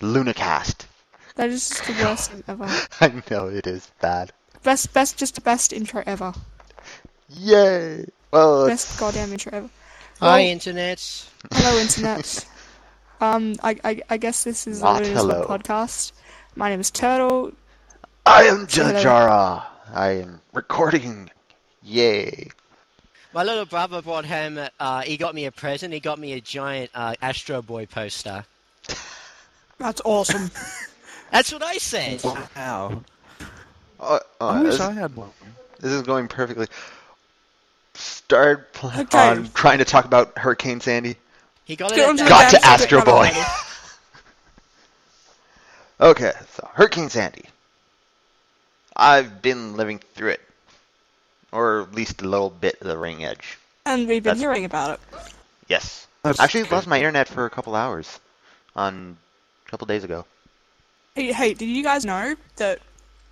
Lunacast. That is just the worst thing ever. I know it is bad. Best, best, just the best intro ever. Yay! Well, Best it's- goddamn intro ever. Hi, Well- internet. Hello, internet. um, I, I, I guess this is Not the Runes Web hello. podcast. My name is Turtle. I am Hello. Jajara. I am recording. Yay! My little brother brought home. Uh, he got me a present. He got me a giant uh, Astro Boy poster. That's awesome. That's what I said. wow. Oh, oh, I wish this, I had one. this is going perfectly. Start pl- Okay. on trying to talk about Hurricane Sandy. He got it. Get at onto that- the Got to That's a bit Astro Boy. unrelated. okay, so Hurricane Sandy. I've been living through it, or at least a little bit of the ring edge. And we've been That's- hearing about it. Yes. That's Actually, good. lost my internet for a couple hours on a couple days ago. Hey, hey, did you guys know that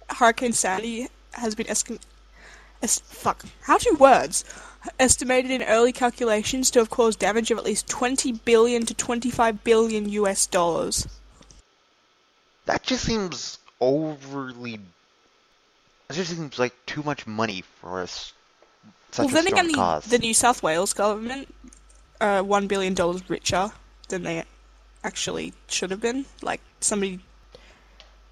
Hurricane Sandy has been estim- es- fuck, how do words? Estimated in early calculations to have caused damage of at least 20 billion to 25 billion US dollars. That just seems overly. That just seems like too much money for us. Such Well, then a storm again, the, cause. the New South Wales government uh, $1 billion richer than they actually should have been. Like, somebody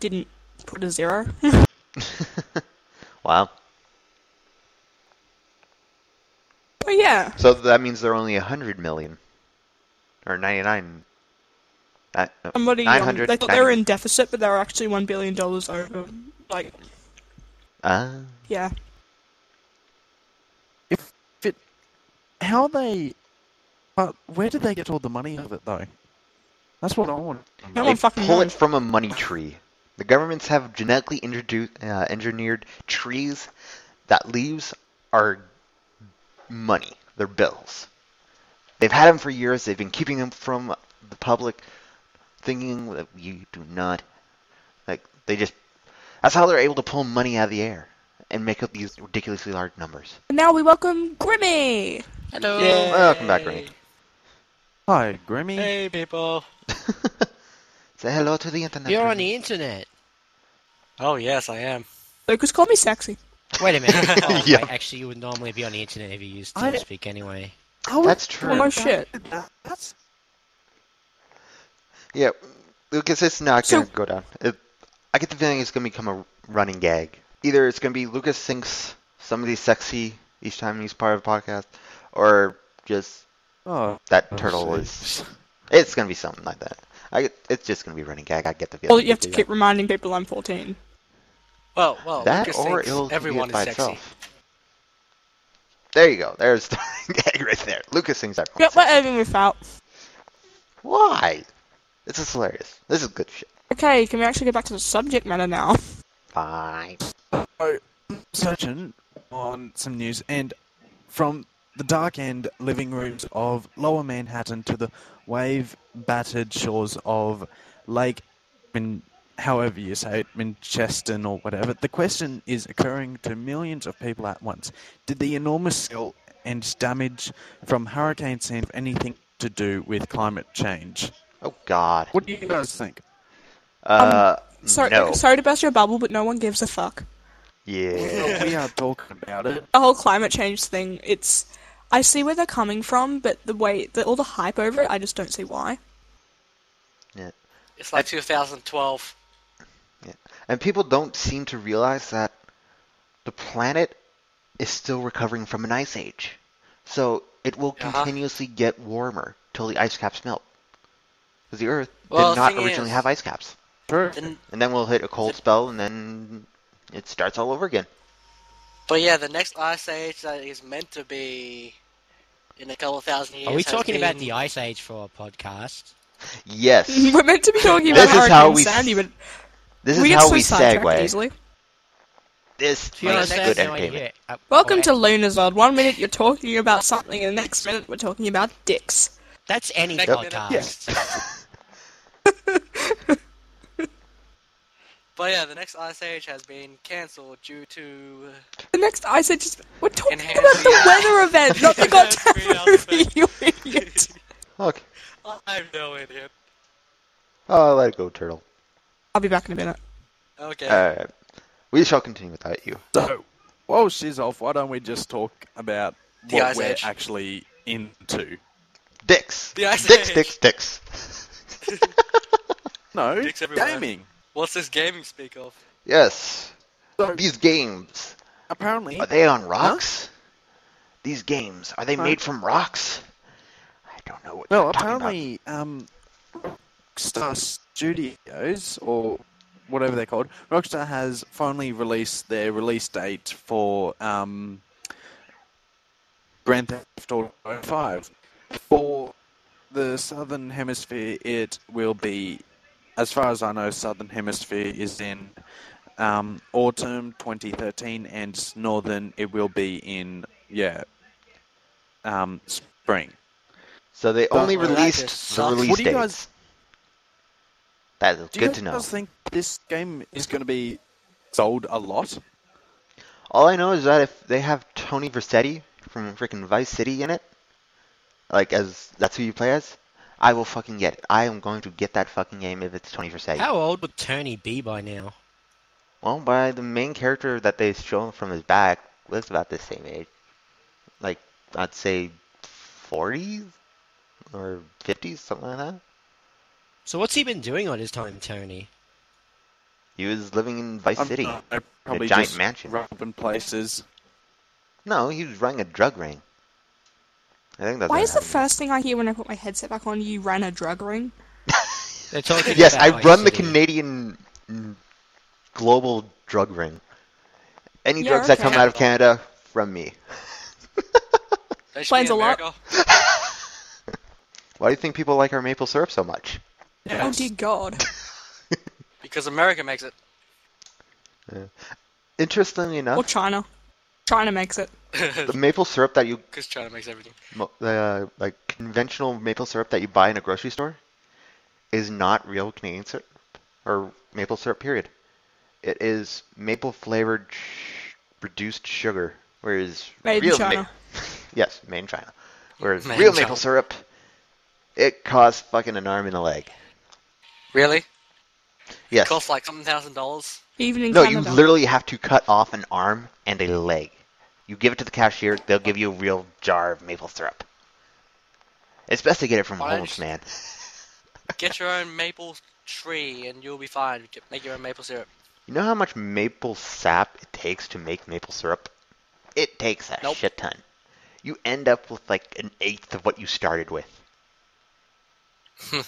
didn't put a zero. Wow. but yeah, So that means they're only a hundred million, or ninety-nine. uh, That, no, somebody, um, 900, they thought they were 90. in deficit, but they were actually $1 billion over. Like, Ah, yeah. If it, how they, but where did they get all the money of it though? That's what I want. No they one fucking pull it knows. from a money tree. The governments have genetically introduced, uh, engineered trees that leaves are money. They're bills. They've had them for years. They've been keeping them from the public, thinking that you do not. Like they just. That's how they're able to pull money out of the air and make up these ridiculously large numbers. And now we welcome Grimmy! Hello. Yeah. Welcome back, Rennie. Hi, Grimmy. Hey, people. Say hello to the internet. You're on Grimmy. the internet. Oh yes, I am. Lucas, call me sexy. Wait a minute. Oh, Yeah. wait, actually, you would normally be on the internet if you used I- TeamSpeak anyway. Oh, That's true. Oh my shit. That's Yeah, Lucas, it's not So- gonna go down. It, I get the feeling it's gonna become a running gag. Either it's gonna be Lucas thinks somebody's sexy each time he's part of a podcast, or just oh. that oh, turtle shit. is. It's gonna be something like that. I get- it's just gonna be a running gag. I get the feeling. Well, you have to it'll keep be reminding people I'm 14. Well, well, that, Lucas that or thinks it'll be everyone it is by sexy. itself. There you go. There's the gag right there. Lucas thinks that. Yeah, uh, we're aiming without. Why? This is hilarious. This is good shit. Okay, can we actually get back to the subject matter now? Fine. So, I'm searching on some news, and from the dark end living rooms of Lower Manhattan to the wave-battered shores of Lake, Min- however you say it, Manchester or whatever, the question is occurring to millions of people at once: Did the enormous scale and damage from Hurricane Sandy have anything to do with climate change? Oh God. What do you guys think? Uh, Um, Sorry, no. sorry to burst your bubble, but no one gives a fuck. Yeah. Well, we are talking about it. The whole climate change thing, it's. I see where they're coming from, but the way. The, all the hype over it, I just don't see why. yeah. It's like 2012. Yeah. And people don't seem to realize that the planet is still recovering from an ice age. So it will Uh-huh. continuously get warmer till the ice caps melt. Because the Earth Well, did the not thing originally is- have ice caps. Sure. The, n- And then we'll hit a cold spell and then it starts all over again. but yeah, the next ice age that is meant to be in a couple thousand years. Are we has talking about been- the Ice Age for our podcast? Yes. We're meant to be talking This about is Hurricane how we- Sandy, but This is we get how so we sidetracked segue. easily. This To be is honest, I have good no entertainment. idea. Uh, Welcome well, to Lunazod. One minute you're talking about something, and the next minute we're talking about dicks. That's any Yep. podcast. But yeah, the next ice age has been cancelled due to. The next I said just. We're talking Enhance about the the- weather event, not the Enhance goddamn reality. movie, you idiot. Look, I'm no idiot. Oh, let it go, turtle. I'll be back in a minute. Okay. Alright. Uh, We shall continue without you. So, while she's off, why don't we just talk about The what Ice we're Age. actually into? Dicks. The Ice dicks, Age. dicks, dicks. No, Dicks everywhere. gaming. What's this gaming speak of? Yes. So, These games. apparently, Are they on rocks? These games. Are they Huh? made from rocks? I don't know what no, you're talking about. apparently, um, Rockstar Studios or whatever they're called, Rockstar has finally released their release date for um, Grand Theft Auto 5. For the Southern Hemisphere, it will be, as far as I know, Southern Hemisphere is in um, autumn 2013, and Northern it will be in yeah, um, spring. So they only Well, that released just the sucks. release What do you dates. guys- That is Do good you to know. guys think this game is going to be sold a lot? All I know is that if they have Tony Versetti from freaking Vice City in it, like as that's who you play as, I will fucking get it. I am going to get that fucking game if it's Tony Versetti. How old would Tony be by now? Well, by the main character that they've shown from his back looks about the same age. Like, I'd say 40s or 50s, something like that. So what's he been doing on his time, Tony? He was living in Vice I'm- City. I probably giant just mansion. robbing places. No, he was running a drug ring. I think that's Why what is the happened. first thing I hear when I put my headset back on you ran a drug ring? They're talking Yes, about I Vice run the City. Canadian mm, global drug ring. Any Yeah, drugs that come okay. out of Canada, from me. That should be Explains in a lot. America. Why do you think people like our maple syrup so much? Oh dear god. Because America makes it. Interestingly Or enough, China. China makes it. the maple syrup that you Because China makes everything. mo- the uh, like conventional maple syrup that you buy in a grocery store is not real Canadian syrup or maple syrup. Period. It is maple flavored sh- reduced sugar, whereas Made in real China. yes, made in China. Whereas Made in real maple China. syrup, it costs fucking an arm and a leg. Really? Yes. Costs like something thousand dollars. Even in no, you Canada. literally have to cut off an arm and a leg. You give it to the cashier, they'll give you a real jar of maple syrup. It's best to get it from a Why homeless just- man. Get your own maple tree and you'll be fine. Get- Make your own maple syrup. You know how much maple sap it takes to make maple syrup? It takes a Nope. shit ton. You end up with like an eighth of what you started with. you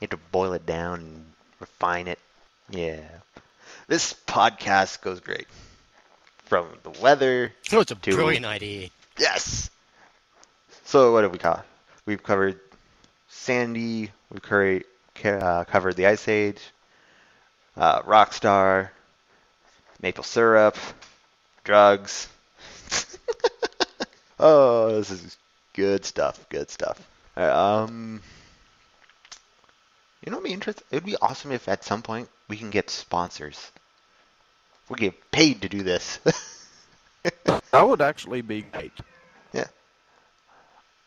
have to boil it down and refine it. Yeah. This podcast goes great. From the weather. Oh, it's a Dude. brilliant idea. Yes! So, what have we got? We've covered Sandy, we've curry, ca- uh, covered the Ice Age, uh, Rockstar, maple syrup, drugs. oh, this is good stuff. Good stuff. Alright, um, you know, what would be interesting. It would be awesome if at some point we can get sponsors. We get paid to do this. That would actually be great.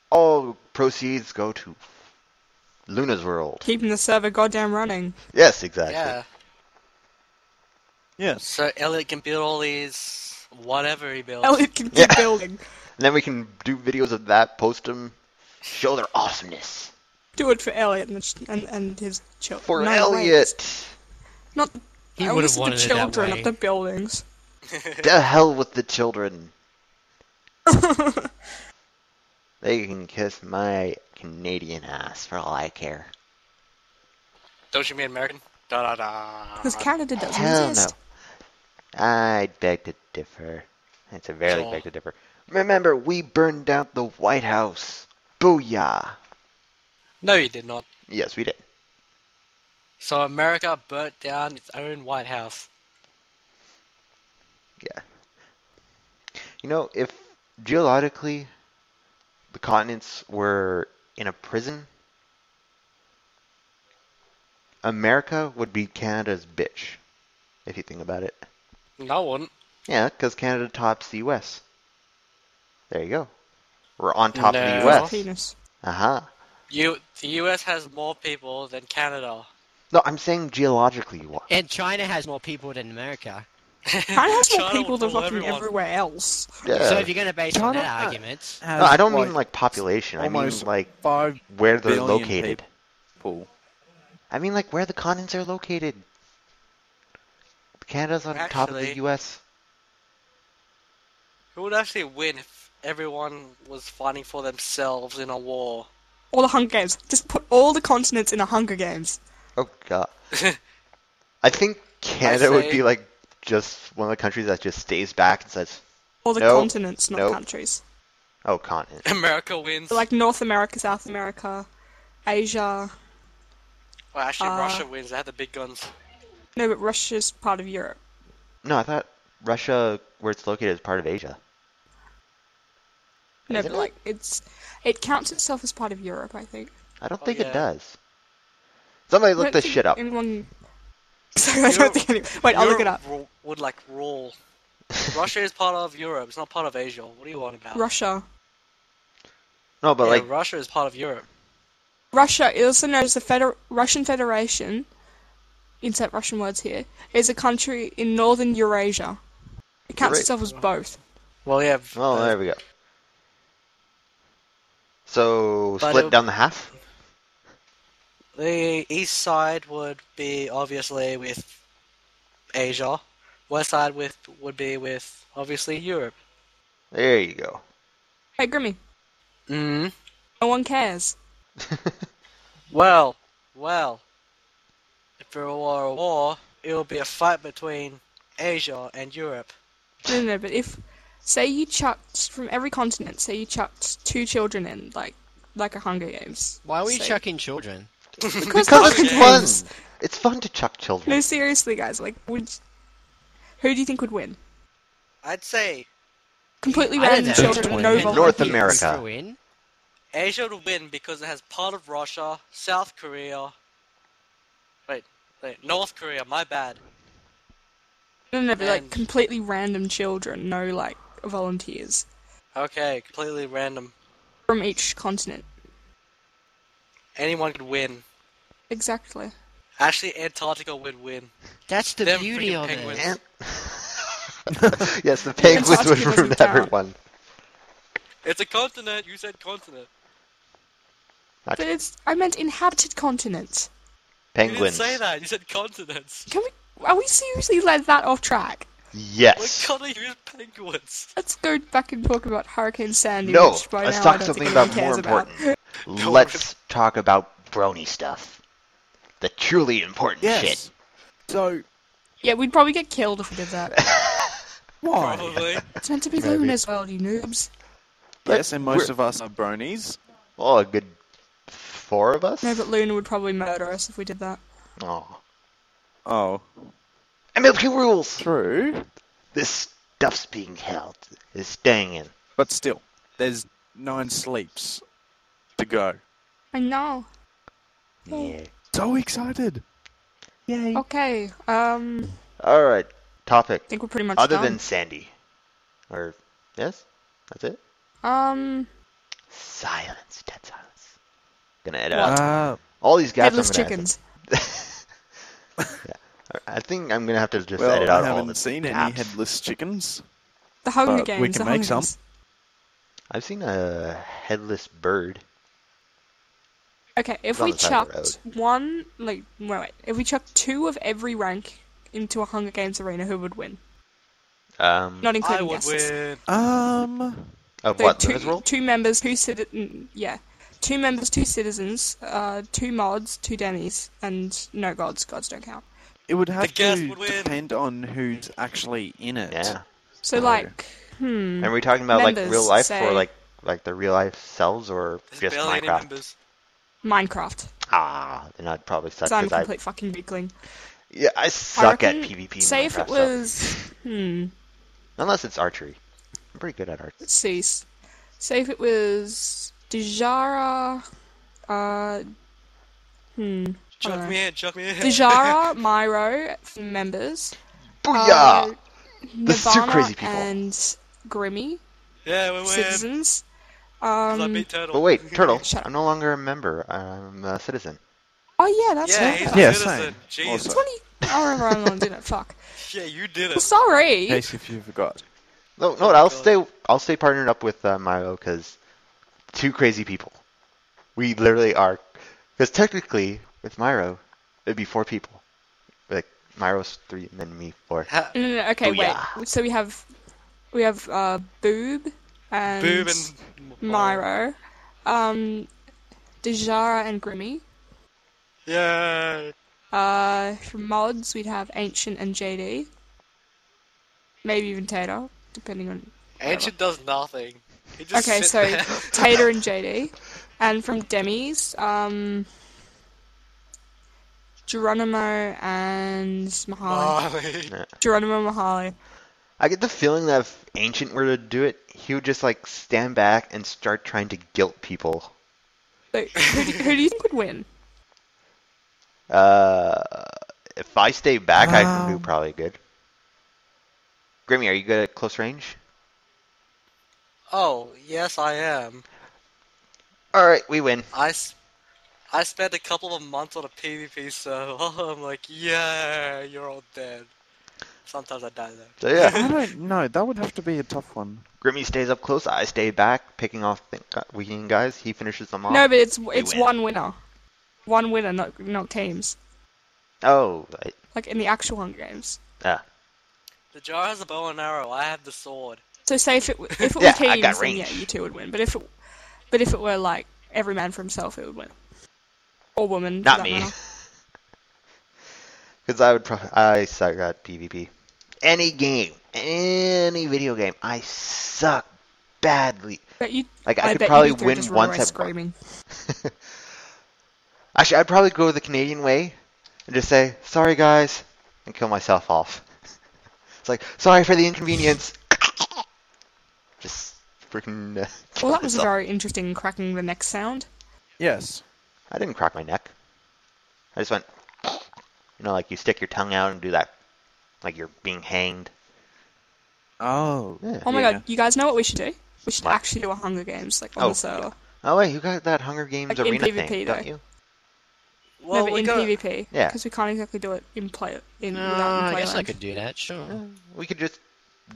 All proceeds go to Luna's World. Keeping the server goddamn running. Yes, exactly. Yeah. Yes. So Elliot can build all these whatever he builds. Elliot can Yeah. keep building. And then we can do videos of that, post them, show their awesomeness. Do it for Elliot and, the ch- and, and his children. For Elliot! Not He I always would have said the wanted it that children, not way. the buildings. The hell with the children. they can kiss my Canadian ass for all I care. Don't you mean American? Da da da. Because Canada doesn't Hell exist. no. I beg to differ. I severely Sure. beg to differ. Remember, we burned down the White House. Booyah! No, you did not. Yes, we did. So America burnt down its own White House. Yeah. You know, if geologically the continents were in a prison, America would be Canada's bitch, if you think about it. No one. Yeah, because Canada tops the US. There you go. We're on top of the No. US. Penis. Uh-huh. You, the U.S. has more people than Canada. No, I'm saying geologically you are. And China has more people than America. China has more China people will than kill fucking everyone. everywhere else. Yeah. So if you're going to base on China- that argument, no, I don't has, mean like population. I mean almost like five where they're billion located. people. I mean like where the continents are located. Canada's on top of the Actually- U.S. Who would actually win if everyone was fighting for themselves in a war? All the Hunger Games. Just put all the continents in the Hunger Games. Oh god. I think Canada would say- be like just one of the countries that just stays back and says, All the Nope. continents, not Nope. countries. "Oh, continent." America wins. But, like North America, South America, Asia. well, actually, uh, Russia wins. They have the big guns. No, but Russia's part of Europe. No, I thought Russia, where it's located, is part of Asia. No, Is it but like it's it counts itself as part of Europe, I think. I don't Oh, think it yeah. does. Somebody look Don't this think shit up. Anyone... Sorry, I don't Europe- think anyone. Wait, I'll look it Europe up. ru- would like rule. Russia is part of Europe. It's not part of Asia. What are you on about? Russia. No, but Yeah, like Russia is part of Europe. Russia, is also known as the Feder- Russian Federation, insert Russian words here, is a country in northern Eurasia. It counts Eura- itself as both. Well, yeah. v- Well, uh, Oh, there we go. So But split it- down the half. The east side would be obviously with Asia. West side with would be with obviously Europe. There you go. Hey, Grimmy, Mm. no one cares. Well, well. If there were a war, it would be a fight between Asia and Europe. No, no, no, but if, say you chucked, from every continent, say you chucked two children in, like, like a Hunger Games. why are we Say- chucking children? Because, Because Hunger it's fun. Games. It's fun to chuck No, children. seriously, guys, like, would, who do you think would win? I'd say Completely I don't random know children who's and winning. no North volunteers. America. Throw in. Asia would win because it has part of Russia, South Korea. Wait, wait, North Korea. My bad. No, no, but like And- completely random children, no like volunteers Okay, completely random. from each continent. Anyone could win. Exactly. Actually, Antarctica would win. That's the Them beauty freaking of penguins. it. And- yes, the penguins would Antarctica doesn't ruin count. everyone. It's a continent. You said continent. But it's I meant inhabited continents. You Penguins. didn't say that. You said continents. Can we are we seriously like that off track? We're Yes. gonna use penguins. Let's go back and talk about Hurricane Sandy. No, which by let's now I talk don't something think about anyone more cares about. important. Let's talk about brony stuff. The truly important Yes. shit. So Yeah, we'd probably get killed if we did that. why? Probably. it's meant to be Maybe. known as well, you noobs. But Yes, and most we're- of us are bronies. Oh, a good four of us? No, but Luna would probably murder us if we did that. Oh. Oh, MLP rules! true. This stuff's being held. It's staying in. But still, there's nine sleeps to go. I know. Yeah. So excited! Yay! Okay. Um Alright, topic. I think we're pretty much Other done. than Sandy. Or, yes? That's it? um Silence. Dead silence. Gonna edit out. Uh, All these guys headless I'm gonna edit. chickens. I think I'm gonna have to just edit well, out I all haven't the seen any tabs. headless chickens. The Hunger But Uh, we Games. can the Hunger make some. Games. I've seen a headless bird. Okay, if on we the side of the chucked one, like, wait, wait, if we chucked two of every rank into a Hunger Games arena, who would win? Um, Not I including would guests. win. Um, of So what? Luna's two, rule? two members, two citizens, yeah, two members, two citizens, uh, two mods, two Denny's, and no gods. Gods don't count. it would have guest to would win. depend on who's actually in it. Oh, Yeah. So No. like, hmm, And we're talking about like real Members, life or say- like like the real life selves or There's just barely any Minecraft? members. Minecraft. Ah, then I'd probably suck Because I'm a because I complete fucking weakling. yeah I suck at reckon- PvP. and Say Minecraft if it stuff. was, hmm, unless it's archery. I'm pretty good at archery. let's see. s- Say if it was Dijara, uh, hmm. I don't know. Chuck me in. Chuck me in. Dijara, Myro, members. Booyah! Uh, This is two Nirvana crazy people. and Grimmy, Yeah, we win. citizens. 'Cause I Um, beat Turtle. but wait, turtle. Shut up. I'm no longer a member. I'm a citizen. Oh yeah, that's yeah, right. he's a Yeah, citizen. same. Jesus. Also- It's when he- I remember I'm on didn't it? Fuck. Yeah, you did it. Sorry. In case if you forgot. No, no, I'll stay. I'll stay partnered up with uh, Milo because two crazy people. We literally are. Because technically, with Myro, it'd be four people. Like Myro's three, and then me four. Ha- No, no, no, okay, Booyah. wait. So we have we have uh, Boob and, Boob and Myro, um, Dejara and Grimmy. Yeah. Uh, from mods, we'd have Ancient and JD. Maybe even Tater, depending on. Ancient does nothing. He just okay, sits so there. Tater and JD, and from Demis, um, Geronimo and Uh, Mahali. Marley. Geronimo Mahali. I get the feeling that if Ancient were to do it, he would just like stand back and start trying to guilt people. So, who, do, who do you think would win? Uh, if I stay back, I can do Um. probably good. Grimmy, are you good at close range? Oh, yes, I am. All right, we win. I, s- I spent a couple of months on a PvP server. I'm like, yeah, you're all dead. Sometimes I die though. So yeah. I don't know. That would have to be a tough one. Grimmy stays up close. I stay back, picking off th- weakening guys. He finishes them off. No, but it's it's win. one winner, one winner, not not teams. Oh, right. Like in the actual Hunger Games. Ah. The jar has a bow and arrow. I have the sword. So say if it w- if it Yeah, were I teams, got then yeah, range. you two would win. But if it but if it were like every man for himself, it would win. Or woman. for not that me. matter. Because I would probably I suck at PvP. Any game, any video game, I suck badly. But you, Like I, I, could bet probably you three win just run once away at screaming. Actually, I'd probably go the Canadian way and just say sorry, guys, and kill myself off. it's like sorry for the inconvenience. just freaking. Uh, kill Well, that was a myself. very interesting cracking the neck sound. Yes. I didn't crack my neck. I just went, you know, like you stick your tongue out and do that, like you're being hanged. Oh. Yeah. Oh my Yeah. god, you guys know what we should do? We should What? actually do a Hunger Games like on Oh, the server. Oh wait, you got that Hunger Games Like in arena PvP thing, though. don't you? Well, no, but we in got PvP, Yeah. because we can't exactly do it in play in No, without in Uh, I play guess I land. could do that. Sure. We could just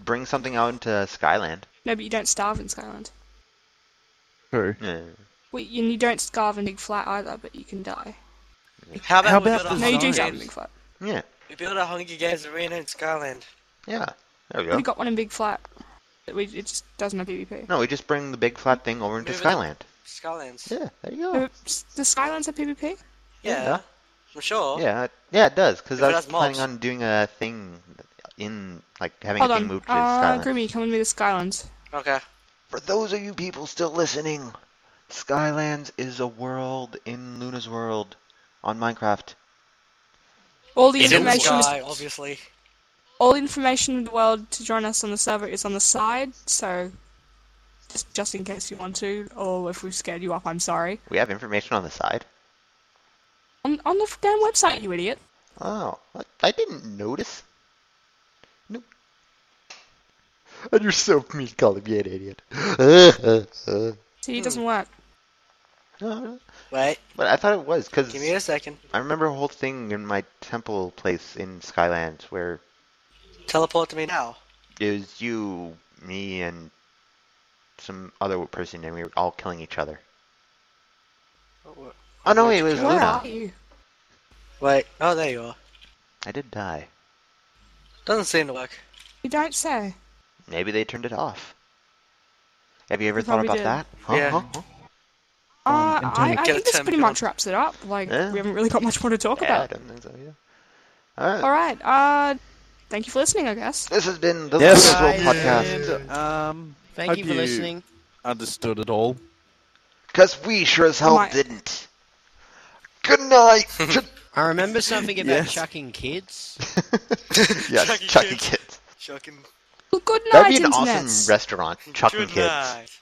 bring something out into Skyland. No, but you don't starve in Skyland. True. Yeah. Well, you, you don't starve in Big Flat either, but you can die. How about, How we about build a the No, you do Hunger Nice. starve in Big Games? Flat. Yeah. We build a Hunger Games arena in Skyland. Yeah. There we We go. got one in Big Flat. It, we, it just doesn't have PvP. No, we just bring the big flat thing over into Move it up. Skyland. Skylands. Yeah, there you go. No, the Skylands have PvP? Yeah, Yeah. I'm sure. Yeah, it- yeah, it does. Because If it I was has mobs. planning on doing a thing in, like, having Hold a thing on. moved to Uh, Skyland. Grimmy, come with me to Skylands. Okay. For those of you people still listening, Skylands is a world in Luna's world on Minecraft. All the It's in the information, is, Sky, obviously. all the information in the world to join us on the server is on the side. So, just just in case you want to, or if we've scared you up, I'm sorry. We have information on the side. On on the damn website, you idiot. Oh, what? I didn't notice. Nope. And you're so mean calling me an idiot. No, See, it doesn't Hmm. work. no, Wait, but I thought it was because give me a second. I remember a whole thing in my temple place in Skylands where Teleport to me now. it was you, me, and some other person, and we were all killing each other. Oh no, wait, it was Where Luna. are you? Wait, oh, there you are. I did die. Doesn't seem to work. You don't say. Maybe they turned it off. Have you ever They thought probably about did. that? Huh, Yeah. huh, huh? Uh, in I, terms- I Get think a this temp pretty job. much wraps it up. Like, Yeah. we haven't really got much more to talk Yeah, I about. don't think so, yeah. Alright, All right. Uh, thank you for listening, I guess. this has been the Yes. Little World Podcast. And, um, Thank hope you for listening. Understood it all. Because we sure as hell My- didn't. Good night. Ch- I remember something about Yes. chucking kids. yes, Chucky Chucky E. Kids. E. Kids. Shocking. Well, good night, That'd be an Internet. awesome restaurant, Chucky Good Kids. night.